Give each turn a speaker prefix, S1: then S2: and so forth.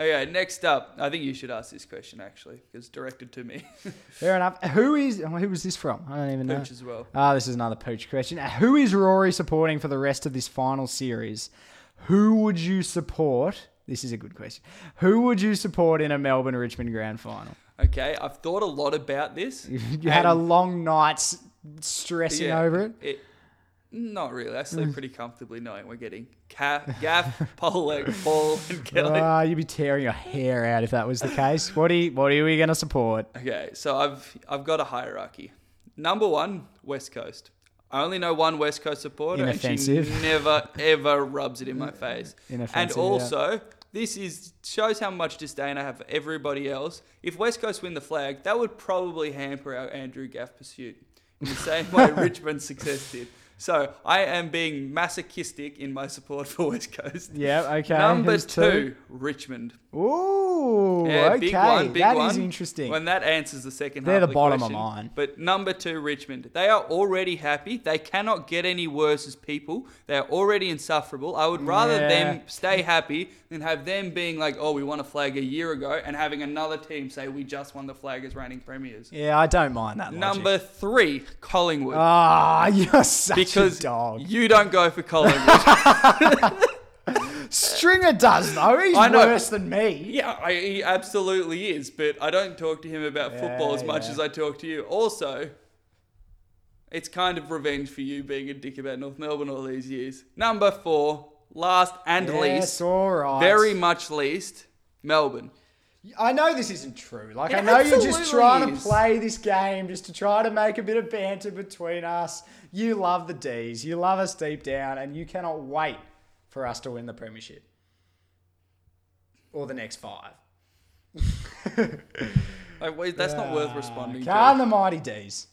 S1: Okay, next up, I think you should ask this question actually, because directed to me,
S2: Fair enough. Who is oh, who was this from? I don't even know.
S1: Pooch as well.
S2: Ah, this is another pooch question. Uh, Who is Rory supporting for the rest of this final series? Who would you support? This is a good question. Who would you support in a Melbourne Richmond grand final?
S1: Okay, I've thought a lot about this.
S2: You had a long night s- stressing over it. Mm.
S1: Not really. I sleep pretty comfortably knowing we're getting Ca- Gaff, Pollock, Paul, and Kelly.
S2: Ah, you'd be tearing your hair out if that was the case. What are you, what are we going to support?
S1: Okay, so I've I've got a hierarchy. Number one, West Coast. I only know one West Coast supporter, and she
S2: Inoffensive.
S1: never ever rubs it in my face. And
S2: Inoffensive, yeah.
S1: also, this is shows how much disdain I have for everybody else. If West Coast win the flag, that would probably hamper our Andrew Gaff pursuit in the same way Richmond's success did. So I am being masochistic in my support for West Coast.
S2: Yeah, okay.
S1: Number
S2: who's
S1: two, Richmond.
S2: Ooh,
S1: Yeah,
S2: okay.
S1: big
S2: That
S1: one,
S2: is
S1: big one.
S2: interesting.
S1: When that answers the second half
S2: They're the
S1: of the
S2: bottom of
S1: question.
S2: mine.
S1: But number two, Richmond. They are already happy. They cannot get any worse as people. They are already insufferable. I would rather
S2: Yeah.
S1: them stay happy than have them being like, oh, we won a flag a year ago, and having another team say, we just won the flag as reigning premiers.
S2: yeah, I don't mind that. logic.
S1: Number three, Collingwood.
S2: Ah, you're such
S1: because
S2: a dog.
S1: you don't go for Collingwood.
S2: Stringer does though. He's
S1: I know.
S2: worse than me.
S1: yeah, I, he absolutely is, but I don't talk to him about football as much
S2: yeah.
S1: as I talk to you. Also, it's kind of revenge for you being a dick about North Melbourne all these years. Number four, last and
S2: Yes,
S1: least,
S2: all right.
S1: very much least, Melbourne.
S2: I know this isn't true. Like I
S1: It
S2: know you're just
S1: absolutely
S2: trying
S1: is.
S2: to play this game just to try to make a bit of banter between us. You love the D's. You love us deep down, and you cannot wait for us to win the premiership or the next five.
S1: Like, wait, that's not worth responding
S2: Can
S1: to.
S2: the mighty D's?